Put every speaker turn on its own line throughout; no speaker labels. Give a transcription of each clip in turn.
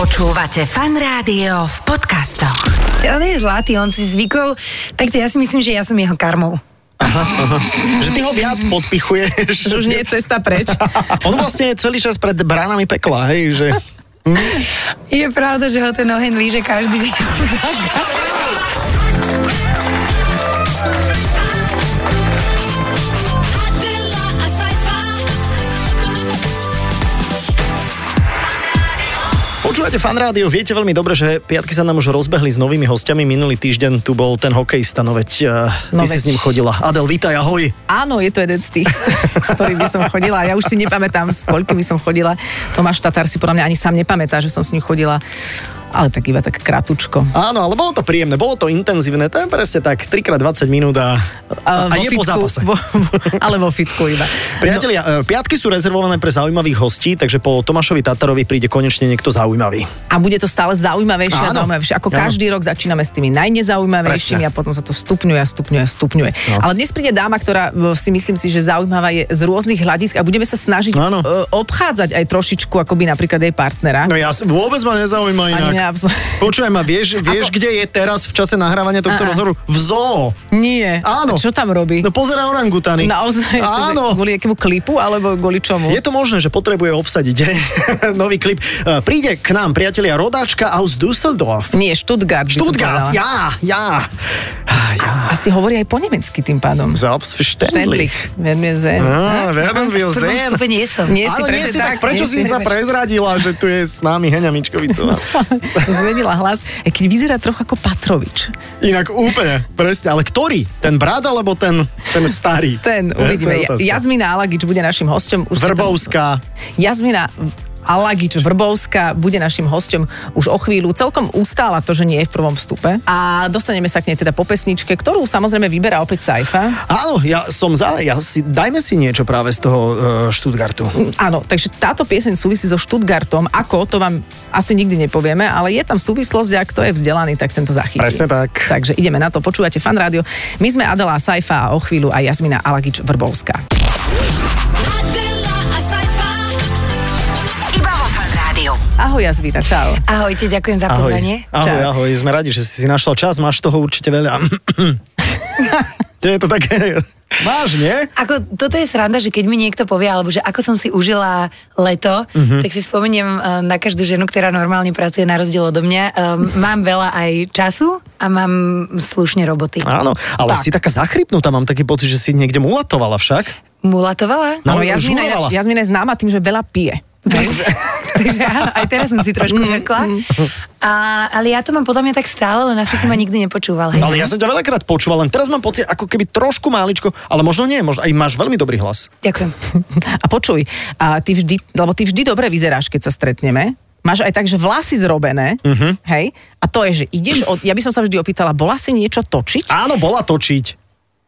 Počúvate fan rádio v podcastoch.
On je zlatý, on si zvykol, tak to ja si myslím, že ja som jeho karmou.
Že ty ho viac podpichuješ.
Že už nie je cesta preč.
On vlastne je celý čas pred bránami pekla, hej, že...
Je pravda, že ho ten oheň líže každý deň.
Počúvate fan rádio, viete veľmi dobre, že piatky sa nám už rozbehli s novými hostiami. Minulý týždeň tu bol ten hokejista, no veď eh, ty
No
si
veď.
s ním chodila. Adel, vítaj, ahoj.
Áno, je to jeden z tých, s ktorými som chodila. Ja už si nepamätám, s koľkými som chodila. Tomáš Tatár si podľa mňa ani sám nepamätá, že som s ním chodila. Ale tak iba tak kratučko.
Áno, ale bolo to príjemné, bolo to intenzívne, to je presne tak 3x20 minút a, a, a
vo
je po
fitku-
zápase.
Vo, ale vo fitku iba.
Priatelia, eh, piatky sú rezervované pre zaujímavých hostí, takže po Tomášovi Tatarovi príde konečne niekto zaujímavý.
A bude to stále zaujímavejšie a
Áno.
zaujímavejšie. Ako
Áno.
každý rok začíname s tými najnezaujímavejšími
Presne.
a potom sa to stupňuje a stupňuje a stupňuje. No. Ale dnes príde dáma, ktorá v- si myslím si, že zaujímavá je z rôznych hľadisk a budeme sa snažiť
Áno.
e, obchádzať aj trošičku akoby napríklad jej partnera.
No ja s- vôbec ma nezaujíma inak.
mňa absol-
Počúvaj ma, vieš, vieš Ako... kde je teraz v čase nahrávania tohto
Á, á.
rozhovoru? V zoo.
Nie.
Áno.
A čo tam robí?
No pozera orangutany.
Naozaj?
Áno.
Kvôli nejakému klipu alebo kvôli čomu?
Je to možné, že potrebuje obsadiť hej, nový klip. E, Príde k nám, priatelia, rodáčka aus Düsseldorf.
Nie, Stuttgart. by som
Stuttgart,
povedala.
ja, Ah, ja.
Asi hovorí aj po nemecky tým pádom.
Selbstverständlich.
Veľmi zen.
Á, werden wir
V prvom
sehen.
stupe nie som.
Nie si
Áno, nie
presne
si tak, prečo
nie
si sa prezradila, že tu je s nami Heňa Mičkovicová?
No. Zmenila hlas, aj keď vyzerá trochu ako Patrovič.
Inak úplne, presne, ale ktorý? Ten brat alebo ten, ten starý? Ne,
Ten,
to je
uvidíme. Ja-
otázka.
Jazmina Alagič bude našim hosťom. Už ste tam-
Vrbovská.
Jazmina Alagič Vrbovská bude našim hosťom už o chvíľu. Celkom ustála to, že nie je v prvom vstupe. A dostaneme sa k nej teda po pesničke, ktorú samozrejme vyberá opäť Saifa.
Áno, ja som za, ja si, dajme si niečo práve z toho uh, Stuttgartu.
Áno, takže táto pieseň súvisí so Stuttgartom. Ako, to vám asi nikdy nepovieme, ale je tam súvislosť a kto je vzdelaný, tak tento zachytí.
Presne tak.
Takže ideme na to, počúvate Fan Rádio. My sme Adela Saifa a o chvíľu aj Jazmina Alagič-Vrbovská.
Iba vo fan rádiu.
Ahoj Jazmina, čau.
Ahojte, ďakujem za
Ahoj,
pozvanie.
ahoj,
Čau.
ahoj, sme radi, že si si našla čas, máš toho určite veľa. To je to také, máš, nie?
Ako, toto je sranda, že keď mi niekto povie, alebo že ako som si užila leto,
Mhm.
mm-hmm. tak si spomeniem eh, na každú ženu, ktorá normálne pracuje na rozdiel odo mňa. Ehm, Mám veľa aj času a mám slušne roboty.
Áno, ale
Tak.
si taká zachrypnutá, mám taký pocit, že si niekde mulatovala však.
Mulatovala?
No,
Áno, Jazmina, je-
žúrovala.
Jazmina je známa tým, že veľa pije. Mm.
Presne. Takže áno, aj teraz som si trošku hrkla. A, ale ja to mám podľa mňa tak stále, len asi si ma nikdy nepočúval. Hej.
Ale ja som ťa veľakrát počúval, len teraz mám pocit, ako keby trošku máličko, ale možno nie, možno aj máš veľmi dobrý hlas.
Ďakujem.
A počuj, a ty vždy, lebo ty vždy dobre vyzeráš, keď sa stretneme. Máš aj tak, že vlasy zrobené,
Mhm.
uh-huh. hej? A to je, že ideš, od, ja by som sa vždy opýtala, bola si niečo točiť?
Áno, bola točiť.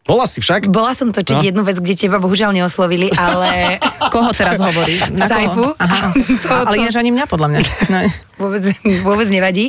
Bola si však.
Bola som točiť
No.
no. jednu vec, kde teba bohužiaľ neoslovili, ale
Koho teraz hovorí? Na
Saifu.
koho? Aha.
To- to-
Ale ináč ani mňa, podľa mňa. No.
vôbec, vôbec nevadí.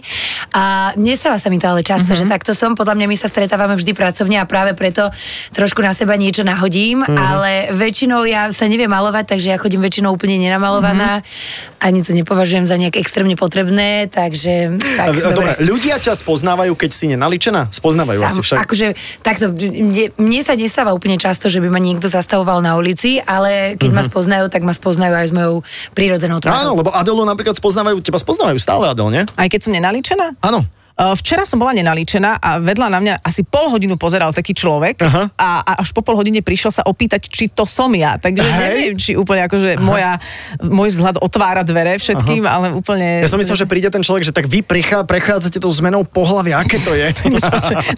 A nestáva sa mi to ale
Mhm.
často, mm-hmm. že takto som. Podľa mňa my sa stretávame vždy pracovne a práve preto trošku na seba niečo nahodím,
Mhm.
mm-hmm. ale väčšinou ja sa neviem malovať, takže ja chodím väčšinou úplne
Mhm.
nenamalovaná. Mm-hmm. Ani to nepovažujem za nejak extrémne potrebné, takže tak,
E, Dobre, ľudia ťa spoznávajú, keď si nenaličená? Spoznávajú asi
Sam,
však.
akože takto, mne, mne sa nestáva úplne často, že by ma niekto zastavoval na ulici, ale keď ma spoznajú, tak ma spoznajú aj s mojou prírodzenou
Mhm. Áno,
tvárou.
lebo Adelu napríklad spoznávajú, teba spoznávajú stále Adel, nie?
Aj keď som nenalíčená?
Áno.
Uh, Včera som bola nenalíčená a vedľa na mňa asi pol hodinu pozeral taký človek
Aha.
a, a až po pol hodine prišiel sa opýtať, či to som ja. Takže
Hej.
neviem, či úplne akože moja, môj vzhľad otvára dvere všetkým, ale úplne...
Ja som myslel, že príde ten človek, že tak vy prechá, prechádzate tou zmenou pohľavia, aké to je.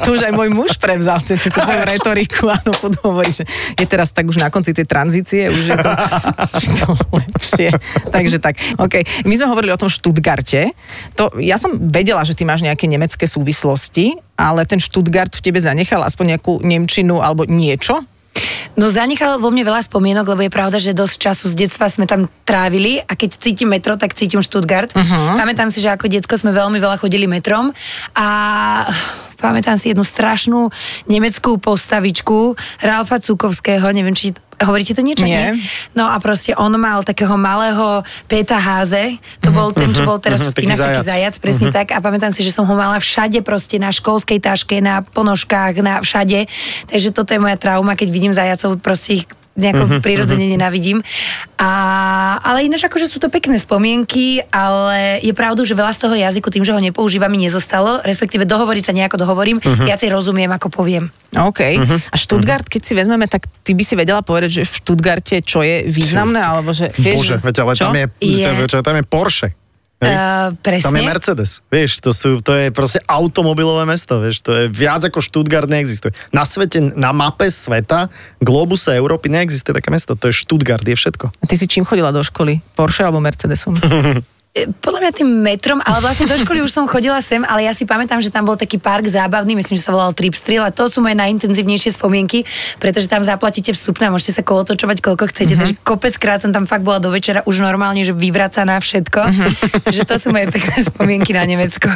to už aj môj muž prevzal tú tú tvoju retoriku, áno, podhovorí, že je teraz tak už na konci tej tranzície, už je to, už je to lepšie. Takže tak, OK. My sme hovorili o tom Stuttgarte. To, ja som vedela, že ty máš nejaké nemecké súvislosti, ale ten Stuttgart v tebe zanechal aspoň nejakú Nemčinu alebo niečo?
No zanechal vo mne veľa spomienok, lebo je pravda, že dosť času z detstva sme tam trávili a keď cítim metro, tak cítim Stuttgart. Uh-huh. Pamätám si, že ako diecko sme veľmi veľa chodili metrom a pamätám si jednu strašnú nemeckú postavičku Ralfa Cukovského, neviem, či Hovoríte to niečo?
Nie.
No a proste on mal takého malého Peta Háze, to bol ten, čo bol teraz
mhm,
v
taký
kinách, taký
zajac. Mhm.
zajac, presne tak. A pamätám si, že som ho mala všade proste, na školskej taške, na ponožkách, na všade. Takže toto je moja trauma, keď vidím zajacov, proste ich nejako
Mhm,
prirodzene nenávidím. A, ale ináč akože sú to pekné spomienky, ale je pravdu, že veľa z toho jazyku tým, že ho nepoužívam, mi nezostalo, respektíve dohovoriť sa nejako dohovorím,
Mhm.
viacej rozumiem, ako poviem.
OK. Uh-huh. A Stuttgart, keď si vezmeme, tak ty by si vedela povedať, že v Stuttgarte čo je významné, alebo že...
Bože, veď, ale
čo?
tam je,
Je.
Čo, tam je Porsche. hej?
Uh, presne.
Tam je Mercedes, vieš, to, sú, to je proste automobilové mesto, vieš, to je viac ako Stuttgart neexistuje. Na svete, na mape sveta, globuse Európy neexistuje také mesto, to je Stuttgart, je všetko.
A ty si čím chodila do školy? Porsche alebo Mercedesom?
E, Podľa mňa tým metrom, ale vlastne do školy už som chodila sem, ale ja si pamätám, že tam bol taký park zábavný, myslím, že sa volal Tripstril a to sú moje najintenzívnejšie spomienky, pretože tam zaplatíte vstupné a môžete sa kolotočovať koľko chcete, mm-hmm. takže kopeckrát som tam fakt bola do večera už normálne, že vyvracaná všetko, mm-hmm. že to sú moje pekné spomienky na Nemecko.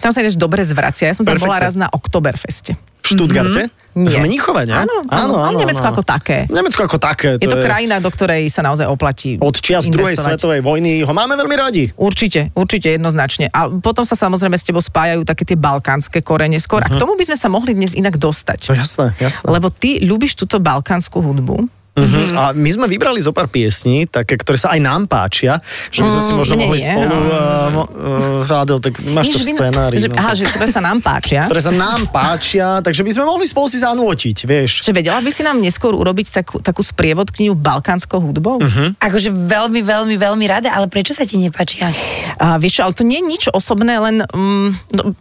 Tam sa ideš dobre zvracia. Ja som tam
Perfektne.
bola raz na Oktoberfeste.
V Stuttgarte?
Mhm.
V
Nie.
Mníchove, nie?
Áno, áno, ale Nemecko ako také.
Nemecko ako také.
Je to krajina, do ktorej sa naozaj oplatí
Od čias druhej
investovať.
svetovej vojny ho máme veľmi radi.
Určite, určite, jednoznačne. A potom sa samozrejme s tebou spájajú také tie balkánske korene skôr. A k tomu by sme sa mohli dnes inak
Mhm. To
dostať.
je No jasné, jasné.
Lebo ty ľubíš túto balkánsku hudbu.
Uh-huh.
Mhm.
A my sme vybrali zo pár piesní, také, ktoré sa aj nám páčia, že by sme si
Mm,
možno
mne
mohli
nie,
spolu...
ale-
Uh, mo- uh, Rádel, tak máš
Nie,
to
že
v
vy-
scenári.
Že,
no.
aha, že tebe sa nám páčia.
ktoré sa nám páčia, takže by sme mohli spolu si zanútiť, vieš.
Že vedela by si nám neskôr urobiť takú, takú sprievod knihu balkánskou
Mhm.
hudbou? Uh-huh.
Akože veľmi, veľmi, veľmi rada, ale prečo sa ti nepáčia?
A vieš čo, ale to nie je nič osobné, len... Mm, no,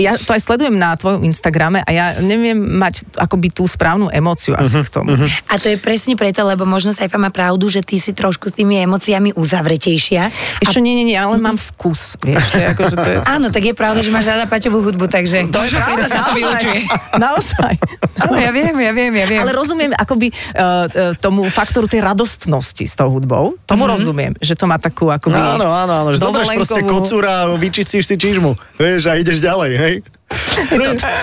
ja to aj sledujem na tvojom Instagrame a ja neviem mať akoby tú správnu emóciu asi
Mhm,
uh-huh, k tomu. Uh-huh.
A to je presne preto, lebo možno Saifa má pravdu, že ty si trošku s tými emóciami uzavretejšia. A,
Ešte nie, nie, nie, ja
Mhm.
len mám vkus. Vieš, to je ako, že to je...
áno, tak je pravda, že máš rada paťovú hudbu, takže... To
Pravda, naozaj. Naozaj.
Áno, ja viem, ja viem, ja viem.
Ale rozumiem akoby uh, tomu faktoru tej radostnosti s tou hudbou. Tomu mm-hmm. rozumiem, že to má takú akoby...
Mhm. Áno, áno, áno, že zoberieš proste
dovolenkovú-
kocúra, vyčistíš si čižmu, vieš, a ideš ďalej, hej.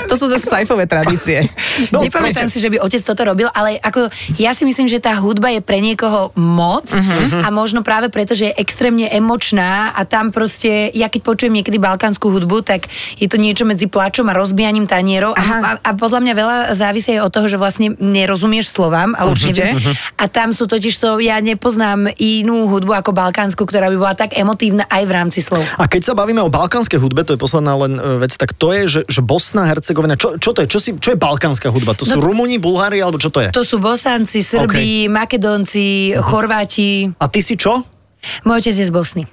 To sú zase sajfové tradície.
No,
Nepamätám
proste.
si, že by otec toto robil, ale ako ja si myslím, že tá hudba je pre niekoho moc uh-huh. a možno práve preto, že je extrémne emočná a tam proste, ja keď počujem niekedy balkánsku hudbu, tak je to niečo medzi plačom a rozbijaním tanierov a, a, a podľa mňa veľa závisí aj od toho, že vlastne nerozumieš slovám, ale už
Určite.
neviem. A tam sú totiž to, ja nepoznám inú hudbu ako balkánsku, ktorá by bola tak emotívna aj v rámci slov.
A keď sa bavíme o balkánskej hudbe, to je posledná len e, vec, tak to je, že, že Bosna, Hercegovina, čo, čo to je? Čo, si, čo je balkánska hudba? To sú
No-
Rumúni, Bulhári, alebo čo to je?
To sú Bosanci, Srbi, Makedónci,
Mhm.
Chorváti.
A ty si čo?
Môj otec je z Bosny.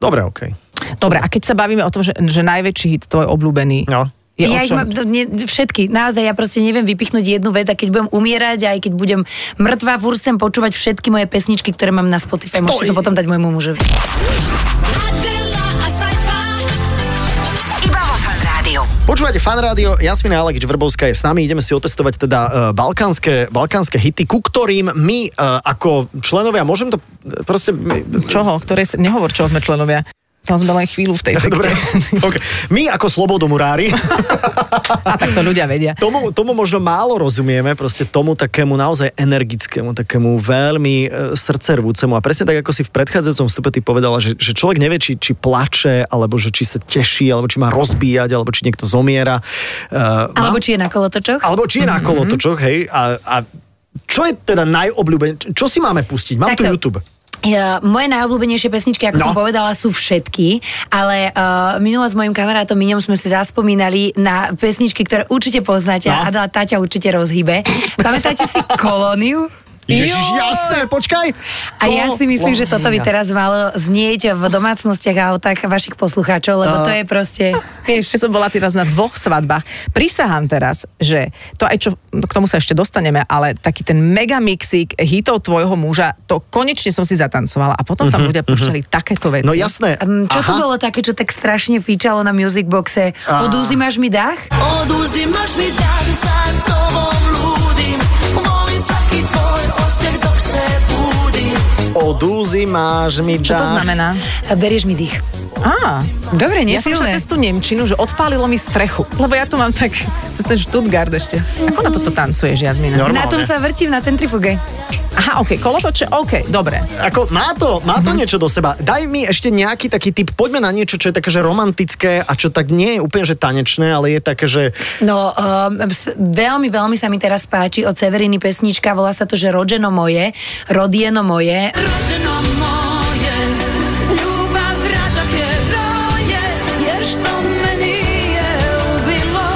Dobre, okej.
Dobre, a keď sa bavíme o tom, že, že najväčší hit tvoj obľúbený
No.
je
ja
o
ich
čom?
mám, to nie, všetky, naozaj, ja proste neviem vypichnúť jednu vec a keď budem umierať, aj keď budem mŕtva, furt chcem počúvať všetky moje pesničky, ktoré mám na Spotify. Môžete to potom dať môjmu mužovi.
Adela, a Saifa.
Iba vo Fan Rádiu.
Počúvate fan rádio, Jasmina Alekič Vrbovská je s nami, ideme si otestovať teda e, balkánske, balkánske hity, ku ktorým my e, ako členovia, môžem to e, proste... my-
Čoho? Ktoré, s- nehovor, čoho sme členovia. Tam sme len chvíľu v tej sekte.
Dobre, okay. My ako slobodomurári
A tak to ľudia vedia.
tomu, tomu možno málo rozumieme, proste tomu takému naozaj energickému, takému veľmi e, srdcervúcemu. A presne tak, ako si v predchádzajúcom vstupe ty povedala, že, že človek nevie, či, či plače, alebo že či sa teší, alebo či má rozbíjať, alebo či niekto zomiera. Uh,
Alebo či je na kolotočoch?
alebo či je na kolotočoch, hej. A, a čo je teda najobľúbenejšie? Čo si máme pustiť? Mám tu
e,
Takto.
YouTube.
Ja, moje najobľúbenejšie pesničky, ako
No.
no. som povedala, sú všetky, ale uh, minule s mojim kamarátom Miňom sme si zaspomínali na pesničky, ktoré určite poznáte
No.
a Adela tá ťa určite rozhybe. Pamätáte si kolóniu?
Ježiš,
Joj!
jasné, počkaj.
A ja si myslím, že toto by
Kolónia.
teraz malo znieť v domácnostiach a autách vašich poslucháčov, lebo to je proste...
Vieš, som bola teraz na dvoch svadbách. Prisahám teraz, že to aj čo, k tomu sa ešte dostaneme, ale taký ten megamixík hitov tvojho muža, to konečne som si zatancovala. A potom tam ľudia púšťali takéto veci.
No jasné.
Um, Čo Aha. to
Aha.
bolo také, čo tak strašne fíčalo na music boxe?
Á.
Odúzimaš mi dach?
Oduzimaš mi dan, za tobom ludim Volim svaki tvoj osmijeh dok se budim
Odúzi máš mi
Čo
dá.
to znamená?
Berieš mi dých.
Á,
Dobre,
ja som šla
nesilné.
cez tú Nemčinu, že odpálilo mi strechu. Lebo ja to mám tak cez ten Stuttgart ešte. Ako na toto tancuješ, Jazmina?
Normálne.
Na tom sa vrtím, na centrifuge.
Aha, OK, kolotoče, OK, dobre.
Ako má to, má to niečo do seba. Daj mi ešte nejaký taký typ, poďme na niečo, čo je také, že romantické a čo tak nie je úplne, že tanečné, ale je také, že
No, um, s- veľmi, veľmi sa mi teraz páči od Severiny pesnička, volá sa to, že Rodženo moje, Rodieno moje.
Rodzeno moje, ljubav vraća heroje, jer što me nije ubilo,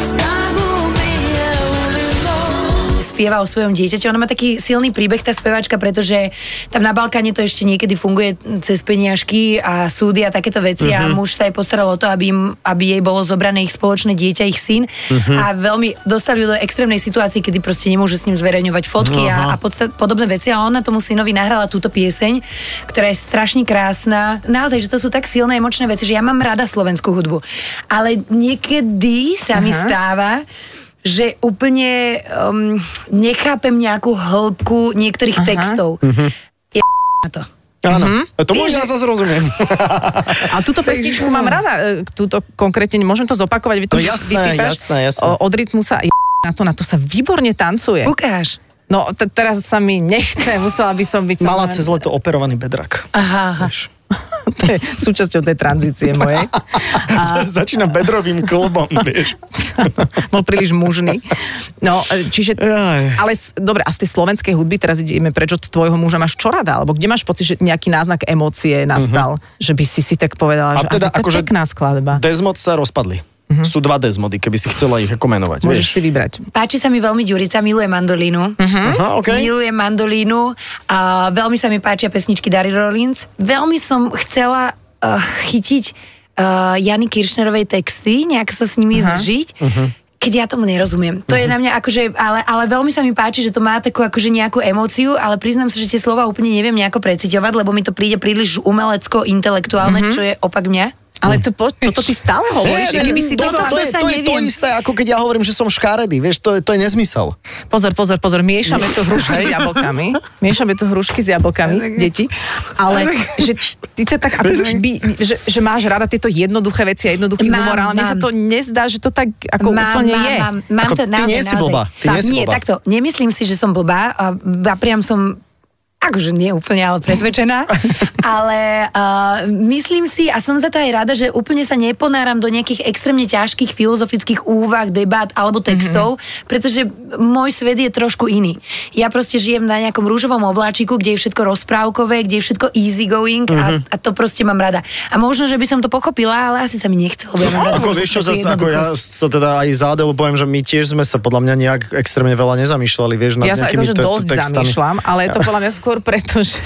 snagu mi je ulilo.
spieva o svojom dieťaťu. Ona má taký silný príbeh, tá speváčka, pretože tam na Balkáne to ešte niekedy funguje cez peniažky a súdy a takéto veci mm-hmm. a muž sa jej postaral o to, aby, im, aby jej bolo zobrané ich spoločné dieťa, ich syn mm-hmm. a veľmi dostali ju do extrémnej situácie, kedy proste nemôže s ním zverejňovať fotky a, a podsta- podobné veci a ona tomu synovi nahrala túto pieseň, ktorá je strašne krásna. Naozaj, že to sú tak silné emočné veci, že ja mám rada slovenskú hudbu, ale niekedy sa mi stáva, že úplne um, nechápem nejakú hĺbku niektorých Aha. textov. Je na to.
áno,
Mhm.
mm-hmm. tomu ja zase rozumiem.
A túto pesničku mám rada, e, túto konkrétne, môžem to zopakovať, vy to
No jasné,
vypípaš.
jasné, jasné.
O, od rytmu sa je- na to, na to sa výborne tancuje.
Ukáž.
No t- teraz sa mi nechce, musela by som byť...
Mala
samozrejme-
cez leto operovaný bedrak.
Aha, aha.
Vieš.
To je súčasťou tej tranzície mojej.
A... Začína bedrovým klbom, vieš.
Bol príliš mužný. No, e, čiže...
Jaj.
Ale s- dobre, a z tej slovenskej hudby teraz ideme preč od tvojho muža. Máš čo rada? Alebo kde máš pocit, že nejaký náznak emócie nastal? Že by si si tak povedala,
Mhm. A
že
teda
aha, to
akože-
je pekná skladba.
Desmod sa rozpadli. Mm-hmm. Sú dva desmody, keby si chcela ich ako menovať.
Mhm. Môžeš
Vieš.
si vybrať.
Páči sa mi veľmi Ďurica, miluje mandolínu.
Aha, okay.
Milujem mandolínu a veľmi sa mi páčia pesničky Dary Rollins. Veľmi som chcela uh, chytiť uh, Jany Kiršnerovej texty, nejak sa s nimi uh-huh. zžiť. Uh-huh keď ja tomu nerozumiem. To je na mňa akože, ale, ale veľmi sa mi páči, že to má takú akože nejakú emóciu, ale priznám sa, že tie slova úplne neviem nejako preciťovať, lebo mi to príde príliš umelecko, intelektuálne, mm-hmm. čo je opak mňa.
Ale to, po, toto ty stále hovoríš.
Ne,
i
ne,
Keby si to,
toto- to,
to,
je,
sa
to, je to
neviem.
isté, ako keď ja hovorím, že som škaredý, vieš, to je, to je nezmysel.
Pozor, pozor, pozor, miešame to hrušky s jablkami. Miešame to hrušky s jablkami, deti. Ale že ty sa tak, ako by, že, že máš rada tieto jednoduché veci a jednoduchý
Mám,
humor, ale mne sa
mám.
to nezdá, že to tak ako úplne
mám,
je.
Mám, mám
Ako
to
ty
naozaj,
nie si
naozaj.
blbá, ty
Tak,
nie si
nie,
blbá.
takto, nemyslím si, že som blbá a, a priam som akože nie úplne, ale presvedčená, ale uh, myslím si a som za to aj rada, že úplne sa neponáram do nejakých extrémne ťažkých filozofických úvah, debát
Mhm.
alebo textov, mm-hmm. pretože môj svet je trošku iný. Ja proste žijem na nejakom rúžovom obláčiku, kde je všetko rozprávkové, kde je všetko easy going mm-hmm.
Mhm.
a, a to proste mám rada. A možno, že by som to pochopila, ale asi sa mi nechcelo. lebo ja mám rada
No, Ako
proste
vieš čo
takú
zase, ako ja
jednoduchosť.
sa teda aj za Adelu poviem, že my tiež sme sa podľa mňa nejak extrémne veľa nezamýšľali, vieš, nad
Ja sa
nejakými
akože
te-
dosť
textami.
zamýšľam, ale je to podľa mňa skôr preto, že,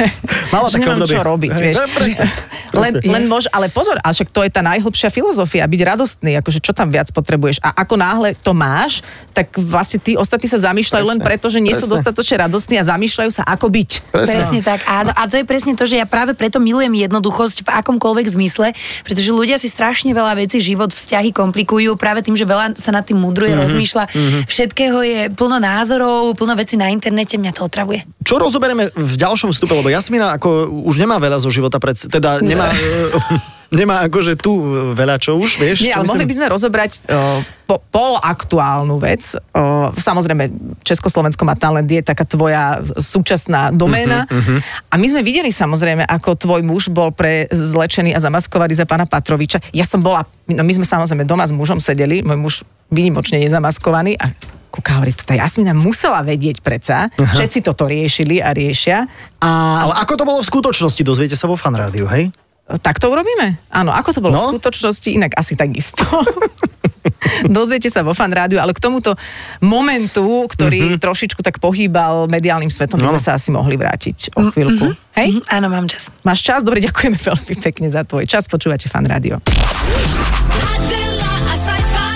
Mala
že
také
nemám
obdobie.
čo robiť.
Hej,
Vieš.
no, presne,
Len,
presne.
len môž, ale pozor, ale však to je tá najhlbšia filozofia, byť radostný, akože čo tam viac potrebuješ. A ako náhle to máš, tak vlastne tí ostatní sa zamýšľajú len
Presne,
preto, že nie sú
presne.
dostatočne radostní a zamýšľajú sa, ako byť.
Presne.
Presne tak. Áno. A to je presne to, že ja práve preto milujem jednoduchosť v akomkoľvek zmysle, pretože ľudia si strašne veľa vecí, život, vzťahy komplikujú práve tým, že veľa sa nad tým mudruje, mm-hmm. rozmýšľa. Mm-hmm. Všetkého je plno názorov, plno vecí na internete, mňa to otravuje.
Čo rozoberieme v ďalšom vstupe, lebo Jasmina ako už nemá veľa zo života pred... Teda nemá, eh, nemá akože tu veľa čo už, vieš?
Nie,
čo
ale
myslím?
mohli by sme rozobrať uh, po, poloaktuálnu vec. Uh, samozrejme, Československo má talent, je taká tvoja súčasná doména.
Mhm,
Uh-huh, uh-huh. A my sme videli samozrejme, ako tvoj muž bol pre zlečený a zamaskovaný za pána Patroviča. Ja som bola, no my sme samozrejme doma s mužom sedeli, môj muž vynimočne nezamaskovaný a kúka, hovorí, tá Jasmina musela vedieť preca. Uh-huh. Všetci toto riešili a riešia. A
Ale ako to bolo v skutočnosti, dozviete sa vo fanrádiu, hej?
tak to urobíme? Áno, ako to
No.
bolo v skutočnosti, inak asi takisto. Dozviete sa vo fan rádiu, ale k tomuto momentu, ktorý mm-hmm. trošičku tak pohýbal mediálnym svetom, by sme sa asi mohli vrátiť o chvíľku. Mm-hmm. Hej?
Mhm, áno, mám čas.
Máš čas? Dobre, ďakujeme veľmi pekne za tvoj čas. Počúvate fan rádio.
Adela, a sci-fi.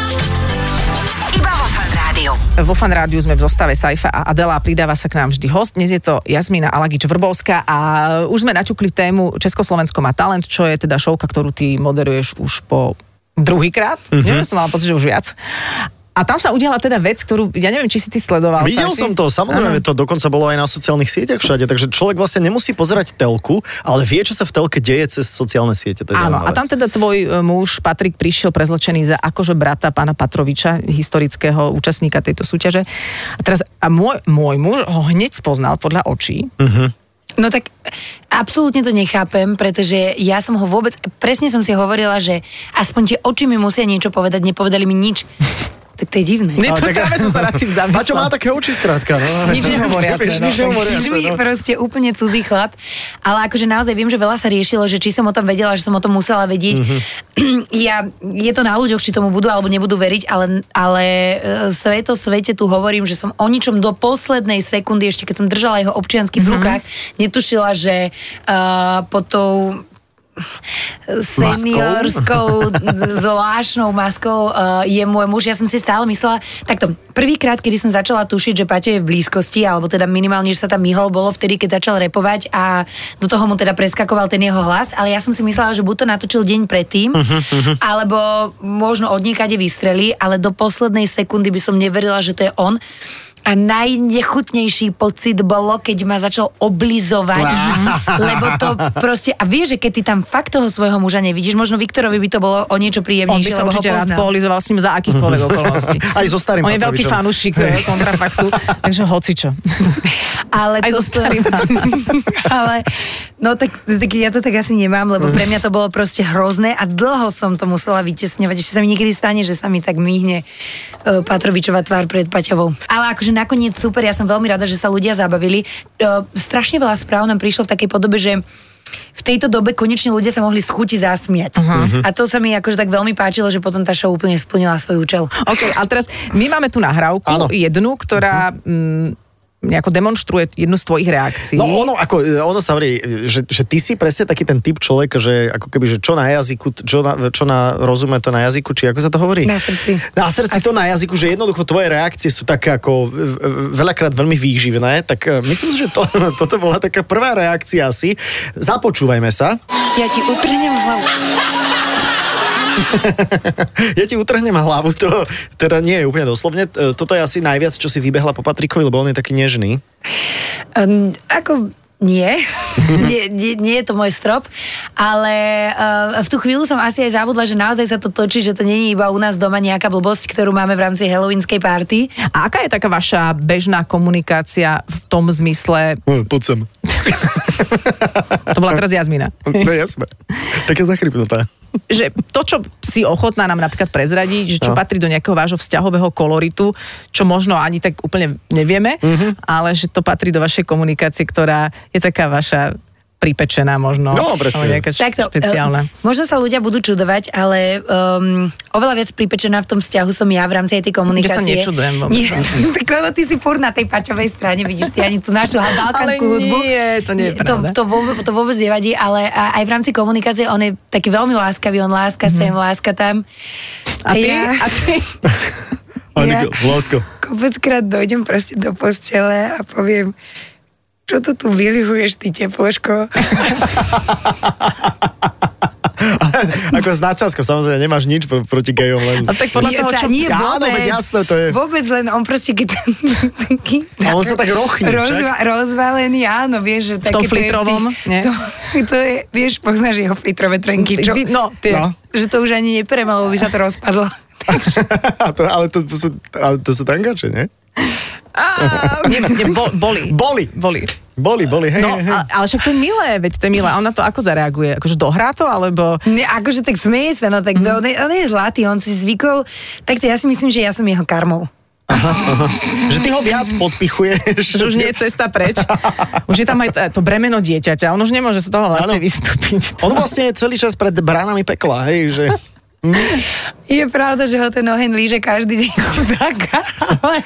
Iba vo Fan Rádiu.
Vo fan rádiu sme v zostave Saifa a Adela pridáva sa k nám vždy host. Dnes je to Jazmína Alagič Vrbovská a už sme naťukli tému Československo má talent, čo je teda
Mhm.
šovka, ktorú ty moderuješ už po druhýkrát. Mm-hmm. Neviem, som mala pocit, že už viac. A A tam sa udiala teda vec, ktorú, ja neviem, či si ty sledoval.
Videl
Saši?
som to, samozrejme,
Áno.
to dokonca bolo aj na sociálnych sieťach všade, takže človek vlastne nemusí pozerať telku, ale vie, čo sa v telke deje cez sociálne siete. To je
Áno,
zaujímavé.
a tam teda tvoj e, muž Patrik prišiel prezlečený za akože brata pána Patroviča, historického účastníka tejto súťaže. A teraz, a môj, môj muž ho hneď spoznal podľa očí.
Mhm.
No tak absolútne to nechápem, pretože ja som ho vôbec, presne som si hovorila, že aspoň tie oči mi musia niečo povedať, nepovedali mi nič. Tak to je divné.
Ne, to
No, tak-
práve som sa nad tým zamyslela.
Paťo má také oči skrátka. No.
Nič nehovoriace,
Vieš,
no.
Nič nehovoriace.
Čiže mi
no.
proste úplne cudzí chlap, ale akože naozaj viem, že veľa sa riešilo, že či som o tom vedela, že som o tom musela vedieť. Mm-hmm. Ja, je to na ľuďoch, či tomu budú alebo nebudú veriť, ale, ale e, sveto svete tu hovorím, že som o ničom do poslednej sekundy, ešte keď som držala jeho občiansky mm-hmm. v rukách, netušila, že uh, pod tou seniorskou zvláštnou maskou uh, je môj muž. Ja som si stále myslela, takto, prvýkrát, kedy som začala tušiť, že Paťo je v blízkosti, alebo teda minimálne, že sa tam myhol, bolo vtedy, keď začal repovať a do toho mu teda preskakoval ten jeho hlas, ale ja som si myslela, že buď to natočil deň predtým, alebo možno od niekade vystrelí, ale do poslednej sekundy by som neverila, že to je on. A najnechutnejší pocit bolo, keď ma začal oblizovať, mhm. lebo to proste, a vieš, že keď ty tam fakt toho svojho muža nevidíš, možno Viktorovi by to bolo o niečo
On by
príjemnejšie,
sa
lebo ho
určite rád
poznal.
polizoval s ním za akýchkoľvek okolností.
Aj so starým
On je veľký
Matovičom.
fanúšik e, kontrafaktu, takže hocičo.
Ale
Aj
to-
so starým.
ale, no tak, tak ja to tak asi nemám, lebo pre mňa to bolo proste hrozné a dlho som to musela vytesňovať. Ešte sa mi niekedy stane, že sa mi tak myhne uh, Patrovičová tvár pred Paťovou. Ale akože nakoniec super, ja som veľmi rada, že sa ľudia zabavili. Uh, strašne veľa správ nám prišlo v takej podobe, že v tejto dobe konečne ľudia sa mohli z chuti zasmiať. Uh-huh. A to sa mi akože tak veľmi páčilo, že potom tá show úplne splnila svoj účel.
OK, a teraz my máme tu nahrávku,
Áno. Mhm.
jednu, ktorá mm, nejako demonstruje jednu z tvojich reakcií.
No ono, ako, ono sa hovorí, že, že ty si presne taký ten typ človeka, že ako keby, že čo na jazyku, čo na, čo na rozume to na jazyku, či ako sa to hovorí?
Na srdci.
Na srdci to na jazyku, že jednoducho tvoje reakcie sú také ako v- v- veľakrát veľmi výživné, tak eh, myslím, že to, toto bola taká prvá reakcia asi. Započúvajme sa.
Ja ti utrhnem hlavu.
Ja ti utrhnem hlavu, to teda nie je úplne doslovne. Eh, Toto je asi najviac, čo si vybehla po Patrikovi, lebo on je taký nežný.
Um, ako nie. nie, nie, nie je to môj strop, ale uh, v tú chvíľu som asi aj zabudla, že naozaj sa to točí, že to není iba u nás doma nejaká blbosť, ktorú máme v rámci halloweenskej party.
A aká je taká vaša bežná komunikácia v tom zmysle,
Poď sem.
to bola teraz Jazmina,
No jasné. Taká zachrypnutá.
že to, čo si ochotná nám napríklad prezradiť, že čo
No.
patrí do nejakého vášho vzťahového koloritu, čo možno ani tak úplne nevieme,
Mhm.
ale že to patrí do vašej komunikácie, ktorá je taká vaša pripečená možno.
No, presne.
alebo Nejaká Takto, e, špeciálna.
eh, možno sa ľudia budú čudovať, ale um, oveľa viac pripečená v tom vzťahu som ja v rámci aj tej komunikácie.
nečudujem vôbec.
Nie, tak lebo ty si fur na tej pačovej strane, vidíš ty ani tú našu balkánsku
Ale
hudbu.
nie, to nie je pravda.
To, to, vôbec, to vôbec nevadí, ale a- aj v rámci komunikácie on je taký veľmi láskavý, on láska sem, láska tam.
Mhm. A ty?
Ja
A ty?
Anika,
Ja-
lásko.
kopeckrát dojdem proste do postele a poviem, čo to tu vylihuješ, ty teploško?
Ako s nadsázkou, samozrejme, nemáš nič pro- proti gejom, len...
A tak podľa
Nie,
toho,
sa-
čo...
nie,
Áno,
vôbec,
veď jasné, to je.
Vôbec len on proste, keď tam taký...
A on sa tak rochne,
Rozva, rozvalený, áno, vieš, že
V tom
také... to je
flitrovom,
tých-
nie?
To, to je, vieš, poznáš jeho flitrové trenky, čo?
Vy- No, tie.
No.
Že to už ani nepremalo, by sa to rozpadlo.
ale, to, to sú, ale to sú tangače, nie?
Nie, nie, bo, boli.
Boli.
Boli.
Boli, boli, hej,
No,
hej.
a, ale však to je milé, veď to je milé. A ona to ako zareaguje? Akože dohrá to, alebo...
Ne, akože tak smeje sa, no tak mm. on, je, on je zlatý, on si zvykol, tak to ja si myslím, že ja som jeho karmou.
Že ty ho viac podpichuješ.
Že už nie je cesta preč. Už je tam aj t- to bremeno dieťaťa. On už nemôže z toho
Áno.
vlastne vystúpiť.
On vlastne je celý čas pred bránami pekla, hej, že...
Je pravda, že ho ten oheň líže každý deň chudáka, ale,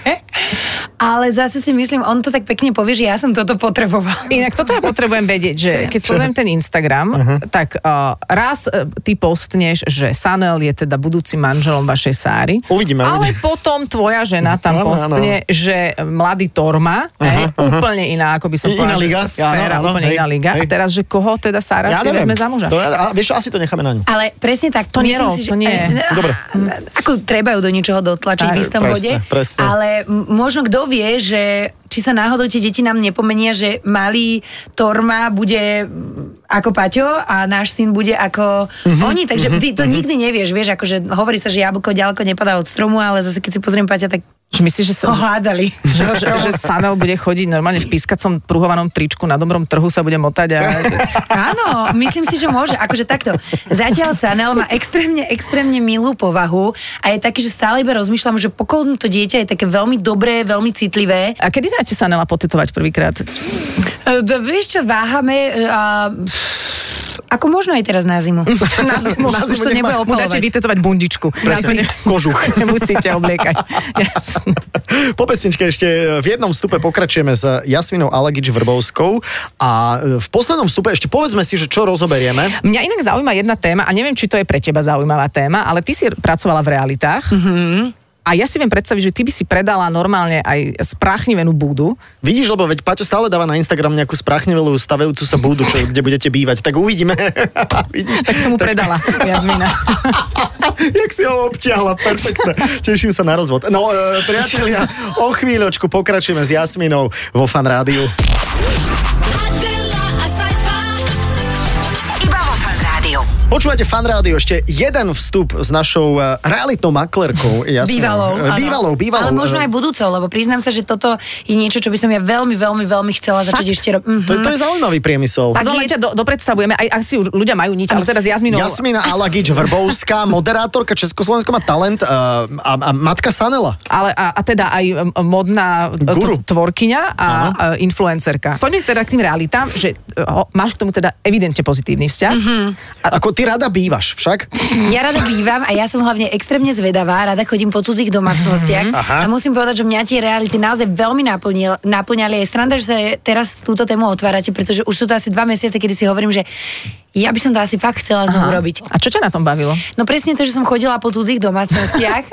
ale zase si myslím, on to tak pekne povie, že ja som toto potreboval.
Inak toto ja potrebujem vedieť, že keď sledujem ten Instagram, tak uh, raz uh, ty postneš, že Sanuel je teda budúci manželom vašej Sáry.
Uvidíme,
Ale
uvidíme.
potom tvoja žena tam
Áno, áno.
postne, že mladý Torma, hej, úplne iná, ako by som
Iná
povedala. že
liga.
Sféra,
Áno, áno, hej,
úplne iná liga. A
hej.
teraz, že koho teda Sára si vezme za muža.
To, ja- a, vieš, čo, asi to necháme na ňu.
Ale presne tak,
To
myslím
nerob,
si, že...
to nie.
Eh,
Dobre,
ako treba ju do ničoho dotlačiť
Tak,
v istom
presne,
bode,
presne.
ale m- možno kto vie, že či sa náhodou tie deti nám nepomenia, že malý Torma bude mm, ako Paťo a náš syn bude ako
Mhm.
oni, takže ty to nikdy nevieš, vieš, akože hovorí sa, že jablko ďaleko nepadá od stromu, ale zase keď si pozriem Paťa, tak
Čiže myslíš, že sa...
ho hádali.
Že, že, že Samuel bude chodiť normálne v pískacom pruhovanom tričku na dobrom trhu sa bude motať a...
Áno, myslím si, že môže. Akože takto. Zatiaľ Sanel má extrémne, extrémne milú povahu a je taký, že stále iba rozmýšľam, že pokolnú to dieťa je také veľmi dobré, veľmi citlivé.
A kedy dáte Sanela potetovať prvýkrát?
E, to Vieš čo, váhame e, a... Ako možno aj teraz na zimu.
Na zimu.
Na zimu Už to
nech
nebude
má-
Mu dáte
opalovať.
vytetovať bundičku.
Presne, kožuch.
Nemusíte obliekať. Jasné.
Po pesničke ešte e, v jednom vstupe pokračujeme s Jasminou Alagič Vrbovskou a e, v poslednom vstupe ešte povedzme si, že čo rozoberieme.
Mňa inak zaujíma jedna téma a neviem, či to je pre teba zaujímavá téma, ale ty si pracovala v realitách. Mm-hmm. A ja si viem predstaviť, že ty by si predala normálne aj spráchnivenú búdu.
Vidíš, lebo veď Paťo stále dáva na Instagram nejakú sprachnevelú stavajúcu sa budu, čo, kde budete bývať, tak uvidíme. Vidíš?
Tak tomu predala Jazmina.
Jak si ho obtiahla, perfektne. Teším sa na rozvod. No, e, priatelia, o chvíľočku pokračujeme s Jasminou vo Fan Rádiu.
Adela, a sci-fi.
Iba vo Fan Rádiu.
Počúvate Fan Rádio, ešte jeden vstup s našou e, realitnou maklerkou. Jasminou.
Bývalou.
E,
áno.
Bývalou, bývalou.
Ale možno aj
e,
budúcou, lebo priznám sa, že toto je niečo, čo by som ja veľmi, veľmi, veľmi chcela začať ešte Mhm. robiť.
To, to je zaujímavý priemysel.
Tak len ťa do, dopredstavujeme, aj asi už ľudia majú niť, ale teda teraz Jazmino...
Jasmina Alagič Vrbovská, moderátorka Československo má talent e, a, a matka Sanela.
Ale, a, a teda aj m, modná e,
Guru.
t- tvorkyňa a
Áno.
e, influencerka. Poďme teda k tým realitám, že e, ho, máš k tomu teda evidentne pozitívny vzťah. Mm-hmm.
Ako ty rada bývaš však?
Ja rada bývam a ja som hlavne extrémne zvedavá, rada chodím po cudzích domácnostiach a
Aha.
musím povedať, že mňa tie reality naozaj veľmi naplnil, naplňali. Je sranda, že sa teraz túto tému otvárate, pretože už sú to asi dva mesiace, kedy si hovorím, že ja by som to asi fakt chcela znovu robiť.
A čo ťa na tom bavilo?
No presne to, že som chodila po cudzích domácnostiach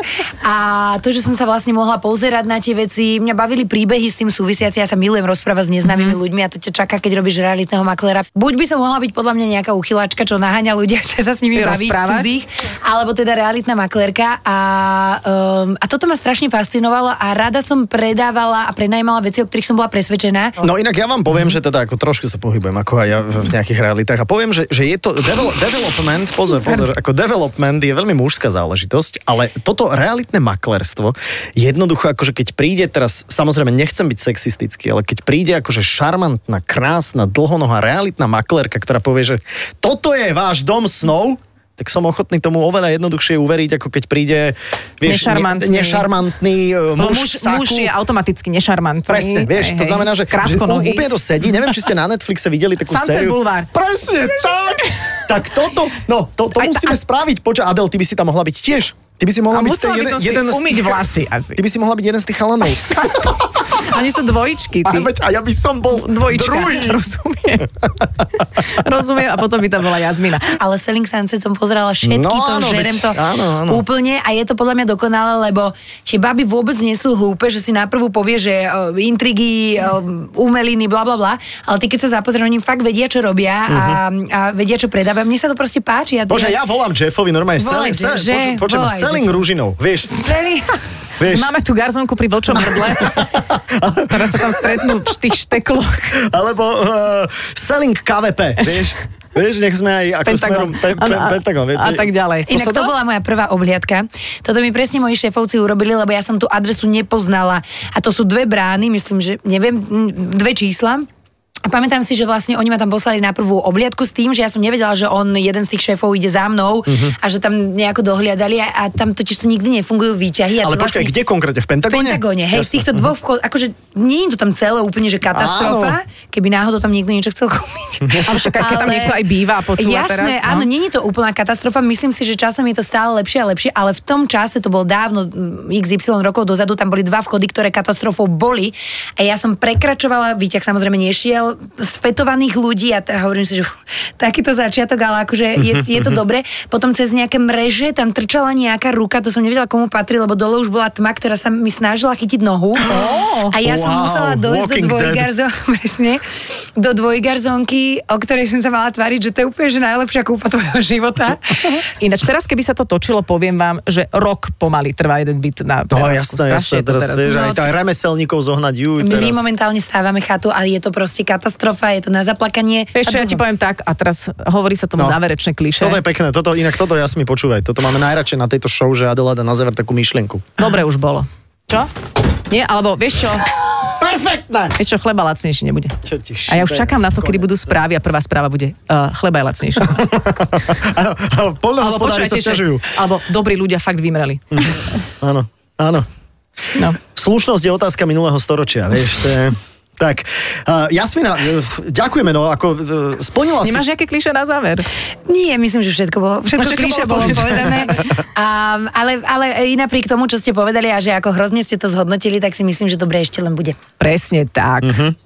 a to, že som sa vlastne mohla pozerať na tie veci. Mňa bavili príbehy s tým súvisiaci, ja sa milujem rozprávať s neznámymi mm-hmm. ľuďmi a to ťa čaká, keď robíš realitného maklera. Buď by som mohla byť podľa mňa nejaká uchyláčka, čo naháňa ľudia, chce sa s nimi
Ty
baviť
rozprávať?
cudzích, alebo teda realitná maklérka a, um, a toto ma strašne fascinovalo a rada som predávala a prenajmala veci, o ktorých som bola presvedčená.
No inak ja vám poviem, že teda ako trošku sa pohybujem ako aj ja v nejakých realitách a poviem, že, že je to devel, development, pozor, pozor, ako development je veľmi mužská záležitosť, ale toto realitné maklerstvo jednoducho akože keď príde teraz, samozrejme nechcem byť sexistický, ale keď príde akože šarmantná, krásna, dlhonohá realitná maklerka, ktorá povie, že toto je váš dom snov, tak som ochotný tomu oveľa jednoduchšie uveriť, ako keď príde vieš,
Nešarmantný.
ne, nešarmantný e,
Lebo
muž, v
muž,
saku.
muž je automaticky nešarmantný.
Presne, vieš, to znamená, že, že
Krátko
u-
nohy.
úplne to sedí. Neviem, či ste na Netflixe videli takú
Sunset
sériu.
Boulevard.
Presne, tak. Tak toto, no, to, to
Aj tá-
musíme
a-
spraviť. Počkaj, Adel, ty by si tam mohla byť tiež. Ty by si
A
mohla byť
musela
ten
by
jeden,
som si
jeden z
umyť
tých-
vlasy asi.
Ty by si mohla byť jeden z tých chalanov.
Oni sú dvojičky,
A,
ty.
veď, a ja by som bol
Dvojička,
druhý.
rozumiem. rozumiem, a potom by tam bola Jazmina.
ale Selling Sunset som pozerala všetky,
No
to
áno,
žerem
veď,
to
áno, áno.
úplne a je to podľa mňa dokonalé, lebo tie baby vôbec nie sú hlúpe, že si naprvu povie, že uh, intrigy, uh, umeliny, bla bla bla, ale ty keď sa zapozrieš, oni fakt vedia, čo robia a, a vedia, čo predávajú. Mne sa to proste páči.
Mhm. Bože, ja volám Jeffovi normálne
Volaj,
selling, selling,
že?
poču- počujem,
Volaj,
selling ružinou, vieš,
Selling...
vieš.
Máme tu garzonku pri vlčom hrdle. Teraz sa tam stretnú v tých štekloch.
Alebo uh, selling KVP, vieš. Vieš, nech sme aj ako smerom
Pentagon.
pe, pe,
Áno, a-
Pentagon. vieš,
a tak ďalej.
To sa
Inak to
dá?
bola moja prvá obliadka. Toto mi presne moji šéfovci urobili, lebo ja som tú adresu nepoznala. A to sú dve brány, myslím, že neviem, mm, dve čísla. A pamätám si, že vlastne oni ma tam poslali na prvú obliadku s tým, že ja som nevedela, že on jeden z tých šéfov ide za mnou
Mhm.
a že tam nejako dohliadali a, a tam totiž to nikdy nefungujú výťahy. A
Ale
to
počkaj,
Vlastne
kde konkrétne? V Pentagóne?
Pentagóne, hej, z
Jasné.
týchto dvoch vchod, akože nie je to tam celé úplne, že katastrofa, keby náhodou tam niekto niečo chcel kúpiť.
Ale však aj keď tam niekto aj býva a počúva
Jasné,
teraz, no.
áno, nie je to úplná katastrofa, myslím si, že časom je to stále lepšie a lepšie, ale v tom čase, to bolo dávno, mm, XY rokov dozadu, tam boli dva vchody, ktoré katastrofou boli a ja som prekračovala, výťah samozrejme nešiel, mal spätovaných ľudí a t- hovorím si, že fú, takýto začiatok, ale akože je, je to dobre. Potom cez nejaké mreže tam trčala nejaká ruka, to som nevedela, komu patrí, lebo dole už bola tma, ktorá sa mi snažila chytiť nohu. a ja som
Wow,
musela dojsť do
Walking Dead.
dvojgarzon, presne, do dvojgarzonky, o ktorej som sa mala tváriť, že to je úplne že najlepšia kúpa tvojho života.
Ináč teraz, keby sa to točilo, poviem vám, že rok pomaly trvá jeden byt na
No
prelomku.
jasné,
Strašne
jasné,
je to
teraz, vieš,
No,
aj tá remeselníkov zohnať ju teraz.
My momentálne stávame chatu, ale je to proste katastrofa, je to na zaplakanie.
Vieš
A
čo, ja ti
dlho.
poviem tak, a teraz hovorí sa
No.
tomu záverečné kliše.
Toto je pekné, toto, inak toto jasmi počúvaj, toto máme najradšej na tejto show, že Adela dá na záver takú myšlienku.
Dobre už bolo. Čo? Nie, alebo vieš čo?
Perfektné!
Vieš čo, chleba lacnejší nebude.
Čo ti
A ja už
šíbe,
čakám na to, kedy
konec.
budú správy a prvá správa bude uh, chleba je lacnejší.
Áno, áno, Poľnohospodári sa
počúvajte, že-
sťažujú.
alebo dobrí ľudia fakt vymreli.
Áno, áno.
No.
Slušnosť je otázka minulého storočia, vieš, to je... Tak, uh, Jasmina, eh, ďakujeme, no, ako eh, splnila si...
Nemáš nejaké kliše na záver?
Nie, myslím, že všetko bolo, všetko,
Všetko
všetko klíše
bolo
bolo povedané. A, ale, ale i napriek tomu, čo ste povedali a že ako hrozne ste to zhodnotili, tak si myslím, že dobre ešte len bude.
Presne tak.
Mhm.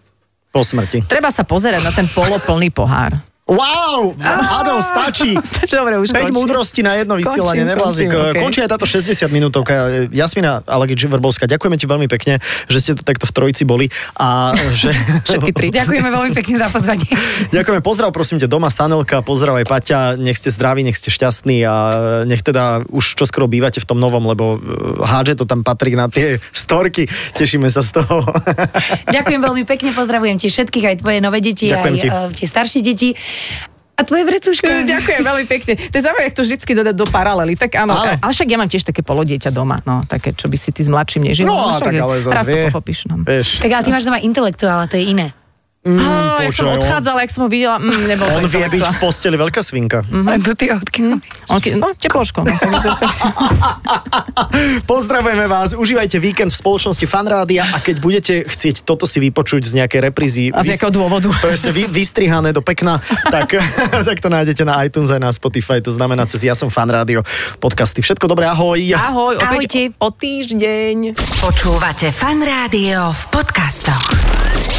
Po smrti.
Treba sa pozerať na ten poloplný pohár.
Wow! Adel, stačí!
Stačí, dobre,
5
už končím.
múdrosti na jedno vysielanie,
Končím,
neblázni.
končím, okej.
Končí aj táto 60 minútovka. Jasmina Alagič Vrbovská, ďakujeme ti veľmi pekne, že ste tu takto v trojici boli a že...
Všetky tri.
Ďakujeme veľmi pekne za pozvanie.
Ďakujeme, pozdrav prosím ťa doma Sanelka, pozdrav aj Paťa, nech ste zdraví, nech ste šťastní a nech teda už čoskoro bývate v tom novom, lebo eh, hádže to tam patrí na tie storky, tešíme sa z toho.
Ďakujem veľmi pekne, pozdravujem ti všetkých, aj tvoje nové deti,
Ďakujem
aj
ti.
eh, tie staršie deti. A tvoje vrecuško.
Ďakujem veľmi pekne. To je zaujímavé, jak to vždycky dodať do paralely. Tak áno,
Áno.
ale. ale však ja mám tiež také polodieťa doma, no, také, čo by si ty s mladším nežil.
No,
však
tak ale zase
Raz to
vie.
pochopíš. No.
Vieš.
Tak ale ty máš doma intelektuála, to je iné.
Á, jak som
počúvaj, on-
odchádzala, jak som ho videla, mm, nebolo
On
to
vie byť
intelektuál.
v posteli veľká svinka.
A to ty odkiaľ?
On ke- No, teploško. No, to- to- to-
Pozdravujeme vás, užívajte víkend v spoločnosti Fanrádia a keď budete chcieť toto si vypočuť z nejakej reprízy,
A z
vys-
nejakého dôvodu.
presne vy, vystrihané do pekna, tak, tak to nájdete na iTunes aj na Spotify, to znamená cez Ja som Fanrádio podcasty. Všetko dobré, ahoj.
Ahoj,
Ahojte.
opäť o, o týždeň.
Počúvate Fan Rádio v podcastoch.